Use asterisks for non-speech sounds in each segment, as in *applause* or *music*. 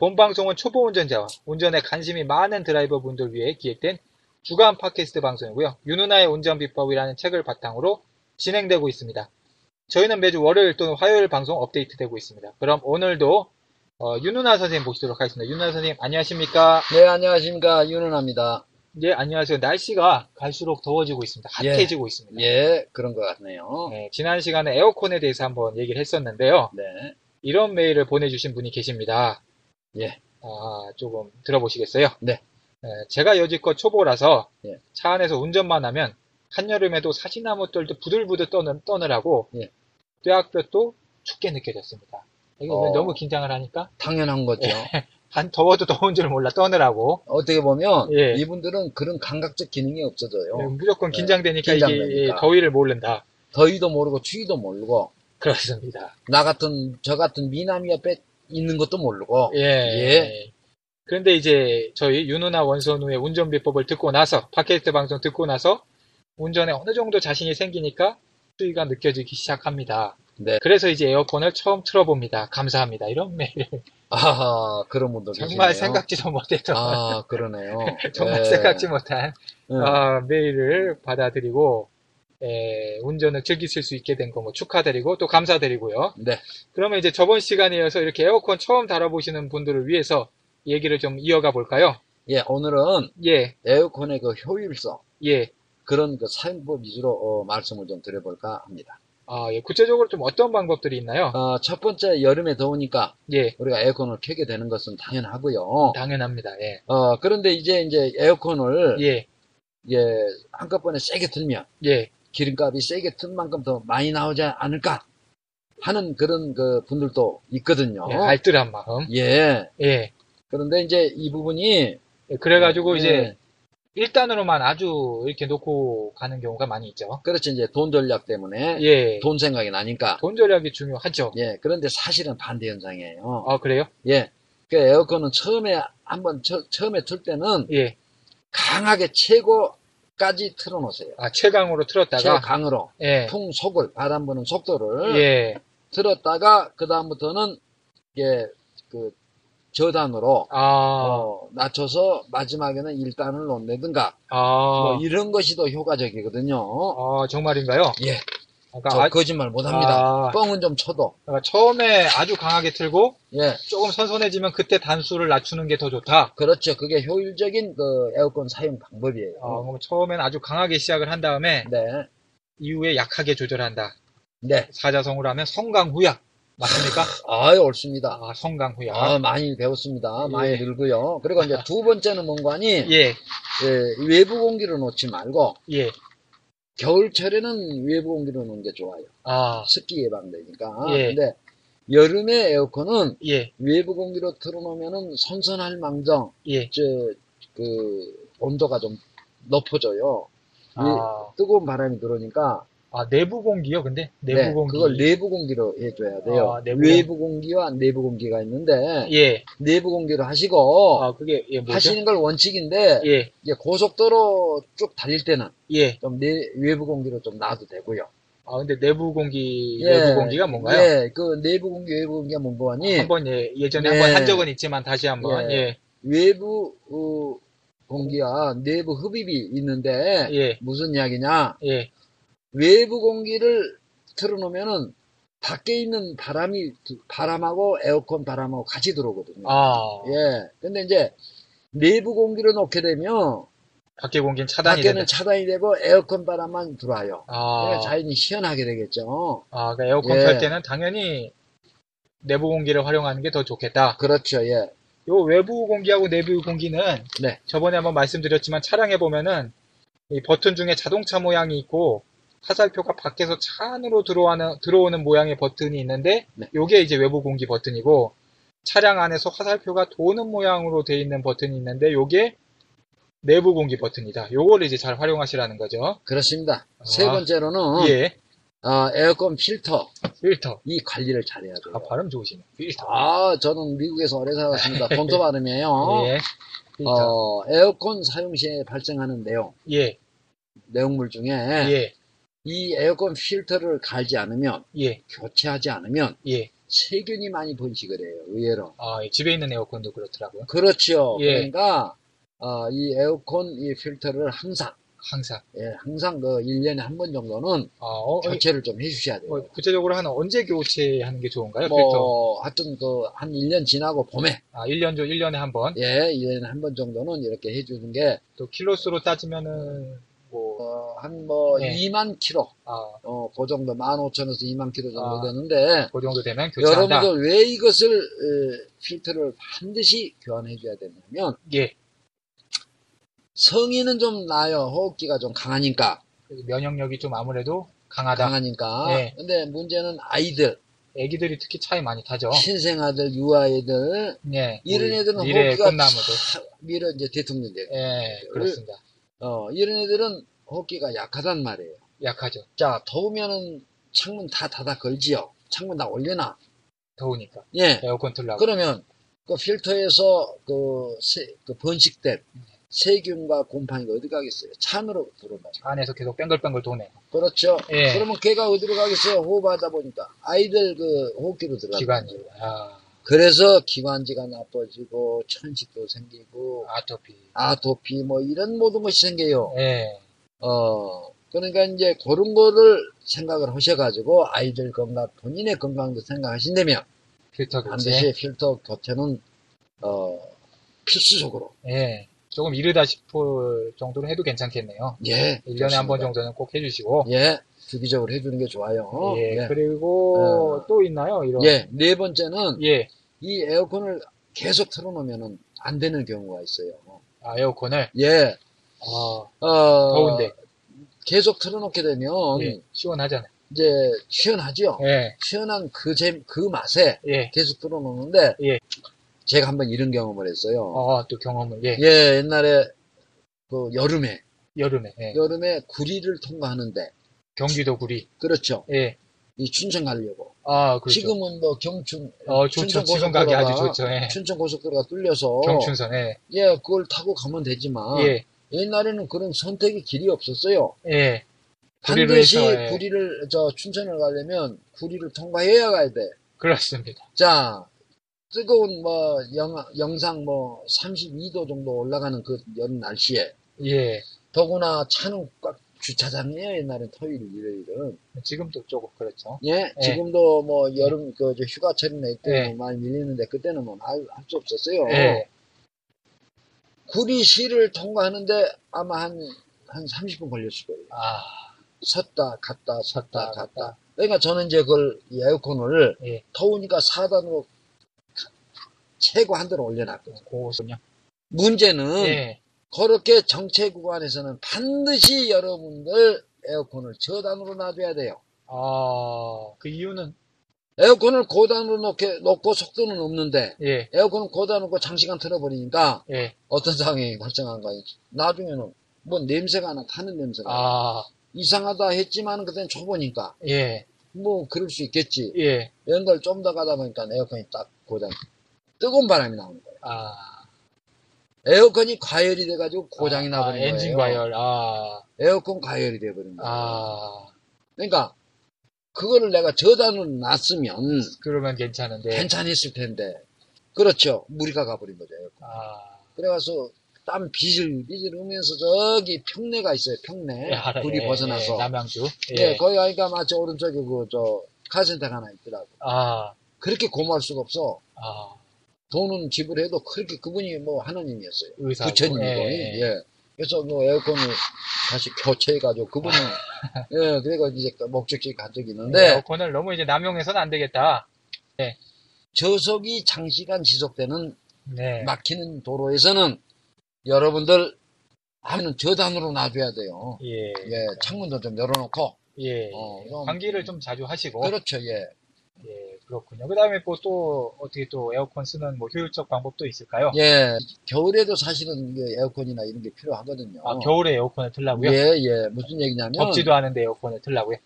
본 방송은 초보 운전자와 운전에 관심이 많은 드라이버 분들 위해 기획된 주간 팟캐스트 방송이고요. 윤호나의 운전 비법이라는 책을 바탕으로 진행되고 있습니다. 저희는 매주 월요일 또는 화요일 방송 업데이트되고 있습니다. 그럼 오늘도 어, 윤호나 선생님 모시도록 하겠습니다. 윤호나 선생님, 안녕하십니까? 네, 안녕하십니까. 윤은아입니다. 예, 안녕하세요. 날씨가 갈수록 더워지고 있습니다. 예. 핫해지고 있습니다. 예, 그런 것 같네요. 네, 지난 시간에 에어컨에 대해서 한번 얘기를 했었는데요. 네. 이런 메일을 보내주신 분이 계십니다. 예. 아, 조금 들어보시겠어요? 네. 네, 제가 여지껏 초보라서 예. 차 안에서 운전만 하면 한여름에도 사시나무떨도 부들부들 떠느, 떠느라고 예. 뼈아뼈도 춥게 느껴졌습니다. 이게 왜 어. 너무 긴장을 하니까 당연한 거죠. 네. 한 더워도 더운 줄 몰라 떠느라고 어떻게 보면 예. 이분들은 그런 감각적 기능이 네, 없어져요. 무조건 네, 긴장되니까 이게 긴장되니까. 더위를 모른다. 더위도 모르고 추위도 모르고 그렇습니다. 나 같은 저 같은 미남 옆에 있는 것도 모르고 예. 예. 그런데 이제 저희 윤호나 원선우의 운전 비법을 듣고 나서 팟캐스트 방송 듣고 나서 운전에 어느 정도 자신이 생기니까 수위가 느껴지기 시작합니다. 네. 그래서 이제 에어컨을 처음 틀어봅니다. 감사합니다. 이런 메일 아하 그런 분도 정말 계시네요. 생각지도 못했던 아 그러네요. *laughs* 정말 예. 생각지 못한 예. 아, 메일을 받아들이고 예, 운전을 즐기실 수 있게 된 거 뭐 축하드리고 또 감사드리고요. 네. 그러면 이제 저번 시간에 이어서 이렇게 에어컨 처음 달아보시는 분들을 위해서 얘기를 좀 이어가 볼까요? 예 오늘은 예, 에어컨의 그 효율성 예. 그런 그 사용법 위주로 어, 말씀을 좀 드려볼까 합니다. 아, 예. 구체적으로 좀 어떤 방법들이 있나요? 아, 첫 번째 여름에 더우니까 예. 우리가 에어컨을 켜게 되는 것은 당연하고요. 당연합니다. 예. 어, 그런데 이제 이제 에어컨을 예. 예, 한꺼번에 세게 틀면 예. 기름값이 세게 튼 만큼 더 많이 나오지 않을까 하는 그런 그 분들도 있거든요. 예, 알뜰한 마음. 예. 예. 그런데 이제 이 부분이 예, 그래가지고 예, 이제 1단으로만 아주 이렇게 놓고 가는 경우가 많이 있죠. 그렇지 이제 돈 전략 때문에 예. 돈 생각이 나니까 돈 절약이 중요하죠. 예. 그런데 사실은 반대 현상이에요. 아, 그래요? 예. 그 에어컨은 처음에 한번 처, 처음에 틀 때는 예. 강하게 최고까지 틀어놓으세요. 아, 최강으로 틀었다가. 최강으로 예. 풍 속을 바람 부는 속도를 예. 들었다가 그 다음부터는 예, 그 저단으로 아, 어, 낮춰서 마지막에는 일단을 놓는다든가 아, 뭐 이런 것이 더 효과적이거든요. 아, 정말인가요? 예, 아까, 저 아, 거짓말 못합니다. 아, 뻥은 좀 쳐도 아까 처음에 아주 강하게 틀고 예, 조금 선선해지면 그때 단수를 낮추는 게 더 좋다. 그렇죠. 그게 효율적인 그 에어컨 사용 방법이에요. 어, 그럼 처음엔 아주 강하게 시작을 한 다음에 네, 이후에 약하게 조절한다. 네, 사자성어로 하면 성강후약. 맞습니까? 아유 옳습니다. 아, 성강후약. 아, 많이 배웠습니다. 예. 많이 늘고요. 그리고 이제 두 번째는 뭔가니 *laughs* 예, 예, 외부 공기를 놓지 말고 예. 겨울철에는 외부 공기를 놓는 게 좋아요. 아, 습기 예방되니까. 예. 근데 여름에 에어컨은 예, 외부 공기로 틀어놓으면은 선선할 망정, 예. 저, 그, 온도가 좀 높아져요. 이 아, 뜨거운 바람이 들어오니까, 아, 내부 공기요, 근데? 내부 네, 공기. 그걸 내부 공기로 해줘야 돼요. 아, 내부 외부 공기와 내부 공기가 있는데, 예. 내부 공기로 하시고, 아, 그게, 예, 뭐죠? 어, 하시는 걸 원칙인데, 예, 이제 고속도로 쭉 달릴 때는 예. 좀 내, 외부 공기로 좀 놔도 되고요. 아, 근데 내부 공기, 예. 내부 공기가 뭔가요? 예, 그 내부 공기, 외부 공기가 뭔가 하니, 한번 예, 예전에 네. 한번 한 적은 있지만 다시 한번 예, 외부 어, 공기와 내부 흡입이 있는데 예, 무슨 이야기냐? 예. 외부 공기를 틀어놓으면은 밖에 있는 바람이 두- 바람하고 에어컨 바람하고 예. 같이 들어오거든요. 아, 예. 근데 이제 내부 공기를 놓게 되면 밖에 공기는 차단이 되는. 밖에는 차단이 되고 에어컨 바람만 들어와요. 아, 그래야 자연이 시원하게 되겠죠. 아, 그러니까 에어컨 예. 켤 때는 당연히 내부 공기를 활용하는 게 더 좋겠다. 그렇죠, 예. 요 외부 공기하고 내부 공기는 네. 저번에 한번 말씀드렸지만 차량에 보면은 이 버튼 중에 자동차 모양이 있고 화살표가 밖에서 차 안으로 들어오는 들어오는 모양의 버튼이 있는데 네. 요게 이제 외부 공기 버튼이고 차량 안에서 화살표가 도는 모양으로 돼 있는 버튼이 있는데 요게 내부 공기 버튼이다. 요거를 이제 잘 활용하시라는 거죠. 그렇습니다. 세 아. 번째로는 예. 어, 에어컨 필터 필터. 이 관리를 잘해야 돼요. 아, 발음 좋으시네. 필터. 아, 저는 미국에서 오래 살았습니다. *laughs* 본토 발음이에요. 예. 그러니까. 필터. 어, 에어컨 사용 시에 발생하는 내용, 예. 내용물 중에 예. 이 에어컨 필터를 갈지 않으면, 예. 교체하지 않으면 예. 세균이 많이 번식을 해요. 의외로. 아, 이 집에 있는 에어컨도 그렇더라고요. 그렇죠. 예. 그러니까 어, 이 에어컨 이 필터를 항상 항상. 예, 항상 그 1년에 한 번 정도는 아, 어, 어, 교체를 좀 해주셔야 돼요. 뭐 구체적으로 한 언제 교체하는 게 좋은가요? 필터. 뭐, 하여튼 그 한 1년 지나고 봄에 아, 1년 전 1년에 한 번. 예, 1년에 한 번 정도는 이렇게 해주는 게, 또 킬로수로 따지면은 뭐 어, 한뭐 예. 2만 킬로, 아, 어, 그 정도, 15,000에서 2만 킬로 정도 아. 되는데, 그 정도 되면 교체한다. 여러분들 왜 이것을, 에, 필터를 반드시 교환해줘야 되냐면, 예. 성인은 좀 나아요. 호흡기가 좀 강하니까. 면역력이 좀 아무래도 강하다. 강하니까. 네. 근데 문제는 아이들, 애기들이 특히 차에 많이 타죠. 신생아들, 유아애들, 예. 이런 우리 애들은 미래의 호흡기가 꽃나무들. 차- 미래 이제 대통령들. 예, 그렇습니다. 어, 이런 애들은 호흡기가 약하단 말이에요. 약하죠. 자, 더우면은 창문 다 닫아 걸지요. 창문 다 올려놔. 더우니까. 예. 에어컨 틀라고. 그러면 그 필터에서 그, 세- 그 번식된 세균과 곰팡이가 어디 가겠어요? 창으로 들어가죠. 안에서 계속 뱅글뱅글 도네. 그렇죠. 예. 그러면 걔가 어디로 가겠어요? 호흡하다 보니까 아이들 그 호흡기로 들어가죠. 기관지. 아, 그래서 기관지가 나빠지고 천식도 생기고 아토피. 아토피 뭐 이런 모든 것이 생겨요. 예. 어, 그러니까 이제 그런 거를 생각을 하셔가지고 아이들 건강, 본인의 건강도 생각하신다면 필터 교체. 반드시 필터 교체는 어, 필수적으로 예. 조금 이르다 싶을 정도로 해도 괜찮겠네요. 예, 1년에 한 번 좋습니다. 정도는 꼭 해주시고. 예, 주기적으로 해주는 게 좋아요. 예, 예. 그리고 어. 또 있나요? 이런. 예, 네 번째는 예. 이 에어컨을 계속 틀어놓으면은 안 되는 경우가 있어요. 아, 에어컨을. 예, 아, 어, 더운데. 계속 틀어놓게 되면 예, 시원하잖아요. 이제 시원하죠. 예, 시원한 그, 재, 그 맛에 예. 계속 틀어놓는데 예. 제가 한번 이런 경험을 했어요. 어, 또 경험을. 예. 예, 옛날에 그 여름에 여름에. 예. 여름에 구리를 통과하는데 경기도 구리. 그렇죠. 예. 이 춘천 가려고. 아, 그렇죠. 지금은 뭐 경춘 어, 좋죠. 춘천 지금 가기 고속도로가- 아주 좋죠. 예. 춘천 어. 고속도로가 뚫려서 경춘선. 예. 예, 그걸 타고 가면 되지만 예. 옛날에는 그런 선택의 길이 없었어요. 예. 구리로 반드시 해서, 예. 구리를 저 춘천을 가려면 구리를 통과해야 가야 돼. 그렇습니다. 자, 뜨거운 뭐 영, 영상 뭐 32도 정도 올라가는 그 여름 날씨에 예. 더구나 차는 꽉 주차장이에요. 옛날엔 토요일, 일요일은. 지금도 조금 그렇죠. 예, 예. 지금도 뭐 여름 그저 휴가철이나 이때 예. 많이 밀리는데 그때는 뭐할수 없었어요. 예. 구리시를 통과하는데 아마 한, 한 30분 걸렸을 거예요. 아, 섰다, 갔다, 섰다, 섰다, 갔다. 그러니까 저는 이제 그걸 이 에어컨을 예. 더우니까 4단으로 최고 한도로 올려놨거든요. 그것은요. 문제는 예. 그렇게 정체 구간에서는 반드시 여러분들 에어컨을 저단으로 놔둬야 돼요. 아, 그 이유는 에어컨을 고단으로 놓게, 놓고 속도는 없는데 예. 에어컨을 고단으로 놓고 장시간 틀어버리니까 예. 어떤 상황이 발생한 거예요. 나중에는 뭐 냄새가 나 타는 냄새가 나. 아, 이상하다 했지만 그때는 초보니까 예. 뭐 그럴 수 있겠지. 예. 이런 걸 좀 더 가다 보니까 에어컨이 딱 고장 뜨거운 바람이 나오는 거예요. 아, 에어컨이 과열이 돼가지고 고장이 아, 나버린 아, 거예요. 엔진 과열. 아, 에어컨 과열이 돼버린 거예요. 아, 그러니까 그거를 내가 저단으로 놨으면 그러면 괜찮은데. 괜찮았을 텐데 그렇죠 무리가 가버린 거죠 에어컨. 아, 그래가서 땀 비질 비질 오면서 저기 평내가 있어요 평내 예, 알아요. 불이 예, 벗어나서 예, 남양주. 예. 예, 거기 가니까 마치 오른쪽에 그 저 카센터가 하나 있더라고 아, 그렇게 고마울 수가 없어 아, 돈은 지불해도 그렇게 그분이 뭐 하나님이었어요 의사. 부처님이고 예, 예. 예. 그래서 뭐 에어컨을 다시 교체해가지고 그분은 *laughs* 예 그래가 이제 목적지 간 적이 있는데 에어컨을 네. 너무 이제 남용해서는 안 되겠다. 저속이 장시간 지속되는 네. 막히는 도로에서는 여러분들 아는 저단으로 놔줘야 돼요. 예. 예 창문도 좀 열어놓고 예. 어, 그럼- 환기를 좀 자주 하시고. 그렇죠 예 예, 그렇군요. 그 다음에 또 어떻게 또 에어컨 쓰는 뭐 효율적 방법도 있을까요? 예. 겨울에도 사실은 이게 에어컨이나 이런 게 필요하거든요. 아, 겨울에 에어컨을 틀라고요? 예, 예. 무슨 얘기냐면 덥지도 않은데 에어컨을 틀라고요?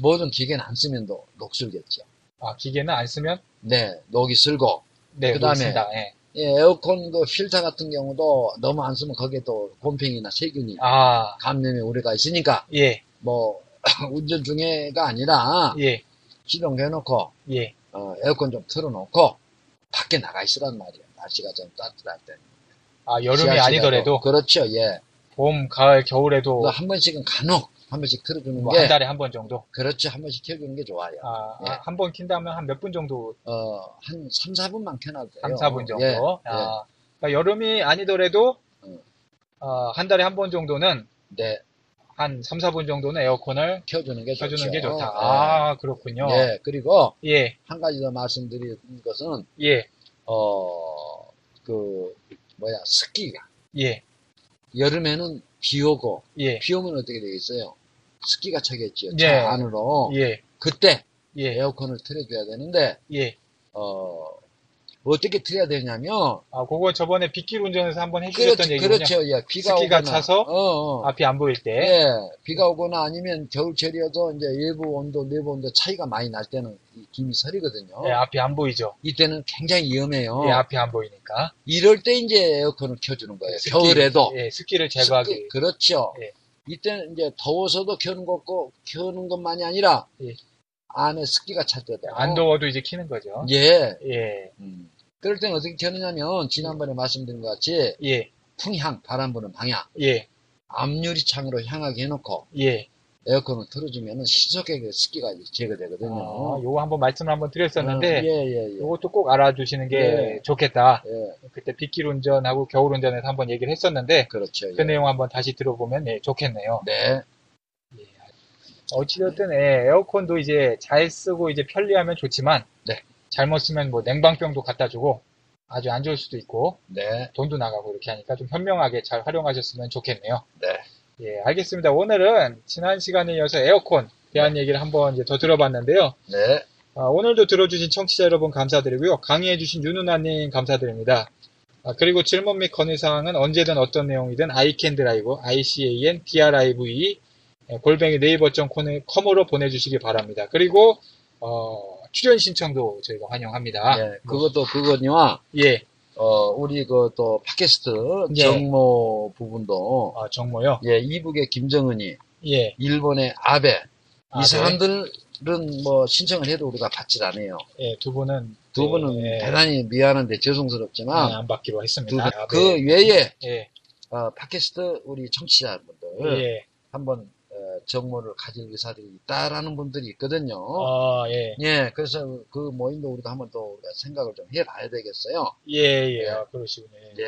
모든 기계는 안 쓰면 더 녹슬겠죠. 아, 기계는 안 쓰면? 네, 녹이 슬고. 네, 그다음에- 그렇습니다. 예. 예, 에어컨 그 필터 같은 경우도 너무 안 쓰면 거기에 또 곰팡이나 세균이 아, 감염의 우려가 있으니까 예, 뭐 *clears throat* 운전 중에가 아니라 예, 시동해놓고 예. 어, 에어컨 좀 틀어놓고 밖에 나가 있으란 말이에요. 날씨가 좀 따뜻할 때. 아, 여름이 지하철이라도. 아니더라도 그렇죠. 예. 봄, 가을, 겨울에도 그래서 한 번씩은 간혹 뭐 한 번씩 틀어주는 뭐 게 한 달에 한 번 정도? 그렇죠. 한 번씩 켜주는 게 좋아요. 아, 예. 한 번 킨다면 한 몇 분 정도? 어, 한 3, 4분만 켜놔도 돼요. 3, 4분 정도? 예, 아, 그러니까 여름이 아니더라도 음. 아, 한 달에 한 번 정도는 네, 한 3, 4분 정도는 에어컨을 켜주는 게 켜주는 좋죠. 게 좋다. 예. 아, 그렇군요. 예, 그리고 예, 한 가지 더 말씀드리는 것은, 예, 어, 그, 뭐야, 습기가. 예, 여름에는 비 오고, 예, 비 오면 어떻게 되겠어요? 습기가 차겠죠. 예. 차 안으로. 예, 그때 예, 에어컨을 틀어줘야 되는데, 예. 어, 어떻게 틀어야 되냐면, 아, 그거 저번에 빗길 운전에서 한번 해주셨던 그렇죠, 얘기군요. 그렇죠. 예, 비가 습기가 오거나, 차서 아, 어, 어. 앞이 안 보일 때. 예, 비가 오거나 아니면 겨울철이어서 이제 일부 온도, 내부 온도 차이가 많이 날 때는 이 김이 서리거든요. 예, 앞이 안 보이죠. 이때는 굉장히 위험해요. 예, 앞이 안 보이니까. 이럴 때 이제 에어컨을 켜주는 거예요. 습기, 겨울에도. 예, 습기를 제거하기. 습기, 그렇죠. 예. 이때는 이제 더워서도 켜는 것고 켜는 것만이 아니라 예. 안에 습기가 찰 때도 안 더워도 이제 키는 거죠. 예. 예, 음. 그럴 때는 어떻게 켜느냐면 지난번에 말씀드린 것 같이 예, 풍향, 바람 부는 방향, 예, 앞유리창으로 향하게 해놓고 예. 에어컨을 틀어주면 신속하게 그 습기가 아, 제거되거든요. 요거 한번 말씀을 한번 드렸었는데, 예, 예, 예. 요것도 꼭 알아주시는 게 예. 좋겠다. 예, 그때 빗길 운전하고 겨울 운전에서 한번 얘기를 했었는데, 그렇죠. 예. 그 내용 한번 다시 들어보면 예, 좋겠네요. 네. 어찌됐든 예, 에어컨도 이제 잘 쓰고 이제 편리하면 좋지만 네. 잘못 쓰면 뭐 냉방병도 갖다 주고 아주 안 좋을 수도 있고 네. 돈도 나가고 이렇게 하니까 좀 현명하게 잘 활용하셨으면 좋겠네요. 네. 예, 알겠습니다. 오늘은 지난 시간에 이어서 에어컨 대한 얘기를 한번 이제 더 들어봤는데요. 네. 아, 오늘도 들어주신 청취자 여러분 감사드리고요. 강의해주신 윤은아님 감사드립니다. 아, 그리고 질문 및 건의사항은 언제든 어떤 내용이든 iCanDrive, I-C-A-N-D-R-I-V-E, 예, 골뱅이 네이버.com으로 보내주시기 바랍니다. 그리고, 어, 출연 신청도 저희가 환영합니다. 예, 그것도 그거니와 예, 어, 우리 그 또 팟캐스트 예. 정모 부분도 아, 정모요. 예, 이북의 김정은이 예. 일본의 아베 아, 이 네. 사람들은 뭐 신청을 해도 우리가 받질 않아요. 예, 두 분은. 두 분은 예, 대단히 미안한데 예, 죄송스럽지만 안 받기로 두 했습니다. 분, 아, 그 네. 외에 예, 어, 팟캐스트 우리 청취자분들 예. 한번 어, 정모를 가질 의사들이 있다라는 분들이 있거든요. 아, 예. 예, 그래서 그 모임도 우리도 한번 또 우리가 생각을 좀 해봐야 되겠어요. 예, 예. 아, 그러시군요. 예. 예,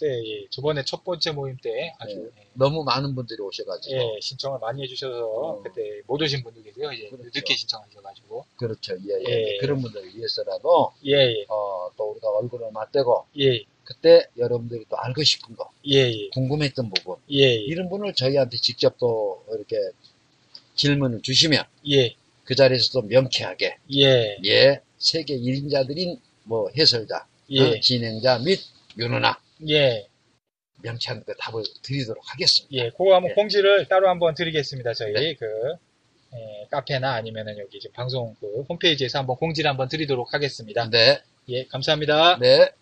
때, 예, 저번에 첫 번째 모임 때 아주 예, 너무 많은 분들이 오셔가지고 예, 신청을 많이 해주셔서 그렇죠. 어. 그때 못 오신 분들 계세요. 예, 그렇죠. 늦게 신청하셔가지고 그렇죠. 예, 예. 예. 그런 분들을 위해서라도 예, 예, 어, 또 우리가 얼굴을 맞대고 예, 그때 여러분들이 또 알고 싶은 거, 예, 예, 궁금했던 부분 예, 이런 분을 저희한테 직접 또 이렇게 질문을 주시면 예, 그 자리에서 또 명쾌하게 예, 예 세계 1인자들인 뭐 해설자, 어, 예, 진행자 및 윤은아 예, 명쾌한 그 답을 드리도록 하겠습니다. 예, 그거 한번 예. 공지를 따로 한번 드리겠습니다. 저희 네. 그 예, 카페나 아니면은 여기 지금 방송 그 홈페이지에서 한번 공지를 한번 드리도록 하겠습니다. 네, 예, 감사합니다. 네.